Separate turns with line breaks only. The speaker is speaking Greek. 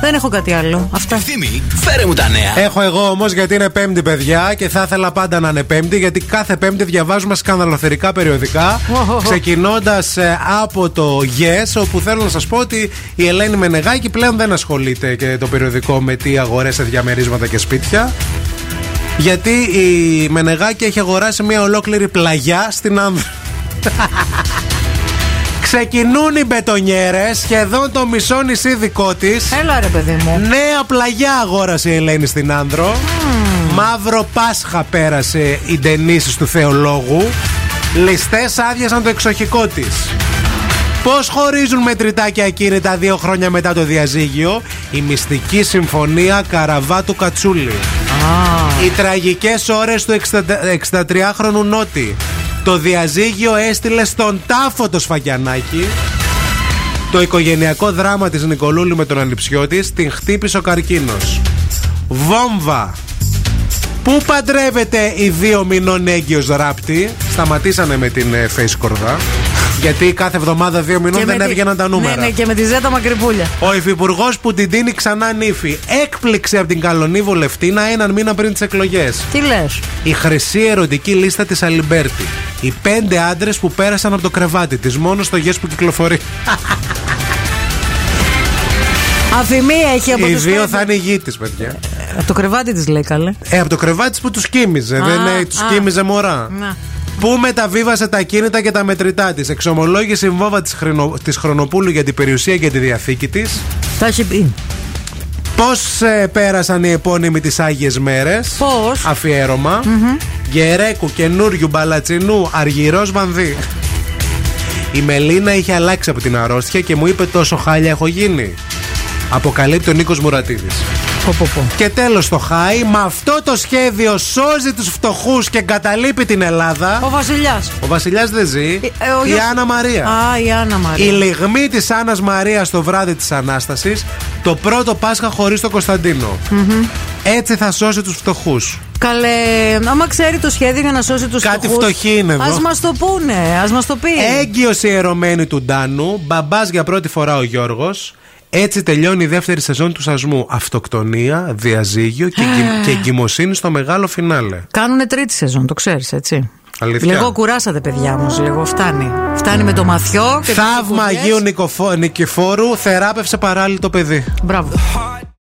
Δεν έχω κάτι άλλο. Αυτά.
Ευθύμη, φέρε μου τα νέα.
Έχω εγώ όμως γιατί είναι Πέμπτη, παιδιά, και θα ήθελα πάντα να είναι Πέμπτη, γιατί κάθε Πέμπτη διαβάζουμε σκανδαλοθερικά περιοδικά.
Οχ, οχ.
Ξεκινώντα από το Yes, όπου θέλω να σας πω ότι η Ελένη Μενεγάκη πλέον δεν ασχολείται και το περιοδικό με τι αγορές σε διαμερίσματα και σπίτια. Γιατί η Μενεγάκη έχει αγοράσει μια ολόκληρη πλαγιά στην Άνδρα. Ξεκινούν οι μπετονιέρες, σχεδόν το μισό νησί δικό της.
Έλα ρε παιδί μου.
Νέα πλαγιά αγόρασε η Ελένη στην Άνδρο. Μαύρο Πάσχα πέρασε η Ντενίση του Θεολόγου. Λιστέ άδειασαν το εξοχικό της. Πώς χωρίζουν μετρητά και ακίνητα δύο χρόνια μετά το διαζύγιο, η μυστική συμφωνία Καραβάτου Κατσούλη. Οι τραγικές ώρες του 60 63χρονου Νότι. Το διαζύγιο έστειλε στον τάφο το σφαγιανάκι. Το οικογενειακό δράμα της Νικολούλη με τον Ανιψιώτη την χτύπησε ο καρκίνος. Βόμβα. Πού παντρεύεται η δύο μηνών έγκυος ράπτη. Σταματήσανε με την ε, face κορδά. Γιατί κάθε εβδομάδα δύο μηνών
με
δεν
τη-
έβγαιναν τα νούμερα.
Ναι, ναι, και με τη ζέτα μακρυπούλια.
Ο υφυπουργός που την τίνει ξανά νύφη έκπληξε από την καλονή βολευτίνα έναν μήνα πριν τις εκλογές.
Τι λες.
Η χρυσή ερωτική λίστα της Αλιμπέρτη. Οι πέντε άντρες που πέρασαν από το κρεβάτι της, μόνο στο γες που κυκλοφορεί.
Αφημί έχει από
Οι
τους
δύο
πέντε.
θα είναι οι γη τη, παιδιά.
Από το κρεβάτι της λέει καλέ.
Ε, από το κρεβάτι της που τους κοίμιζε. δεν ε, τους
α. Ναι.
κοίμιζε μωρά.
Να.
Πού μεταβίβασε τα κίνητα και τα μετρητά της. Εξομολόγησε η βόμβα της Χρονοπούλου για την περιουσία και τη διαθήκη της.
Τα έχει πει.
Πώς ε, πέρασαν οι επώνυμοι τις Άγιες Μέρες.
Πώς?
Αφιέρωμα. Γερέκου, καινούριου, μπαλατσινού, αργυρός βανδύ. Η Μελίνα είχε αλλάξει από την αρρώστια και μου είπε τόσο χάλια έχω γίνει. Αποκαλύπτει ο Νίκος Μουρατίδης.
Πω, πω, πω.
Και τέλος το Χάι, με αυτό το σχέδιο σώζει τους φτωχούς και εγκαταλείπει την Ελλάδα.
Ο Βασιλιάς.
Ο Βασιλιάς δεν ζει.
ε, ο
η
γιος-
Άννα Μαρία.
Α, η Άννα
Η
Μαρία.
λιγμή της Άννας Μαρίας το βράδυ της Ανάστασης, το πρώτο Πάσχα χωρίς τον κωνσταντινο Έτσι θα σώσει τους φτωχούς.
Καλέ, άμα ξέρει το σχέδιο για να σώσει τους
Κάτι φτωχοί είναι εδώ. Ε,
Ας μας το πούνε, ας μας το πει.
Έγκυος ιερωμένη του Ντάνου, μπαμπάς για πρώτη φορά ο Γιώργος. Έτσι τελειώνει η δεύτερη σεζόν του σασμού. Αυτοκτονία, διαζύγιο και, εγκυ- και εγκυμοσύνη στο μεγάλο φινάλε.
Κάνουνε τρίτη σεζόν, το ξέρεις, έτσι.
Αλήθεια.
Λίγο κουράσατε, παιδιά όμως. Λίγο φτάνει. Φτάνει με το μαθιό και τις
Θαύμα
κουκουλιές.
Αγίου Νικοφο- Νικηφόρου θεράπευσε παράλληλο το παιδί.
Μπράβο.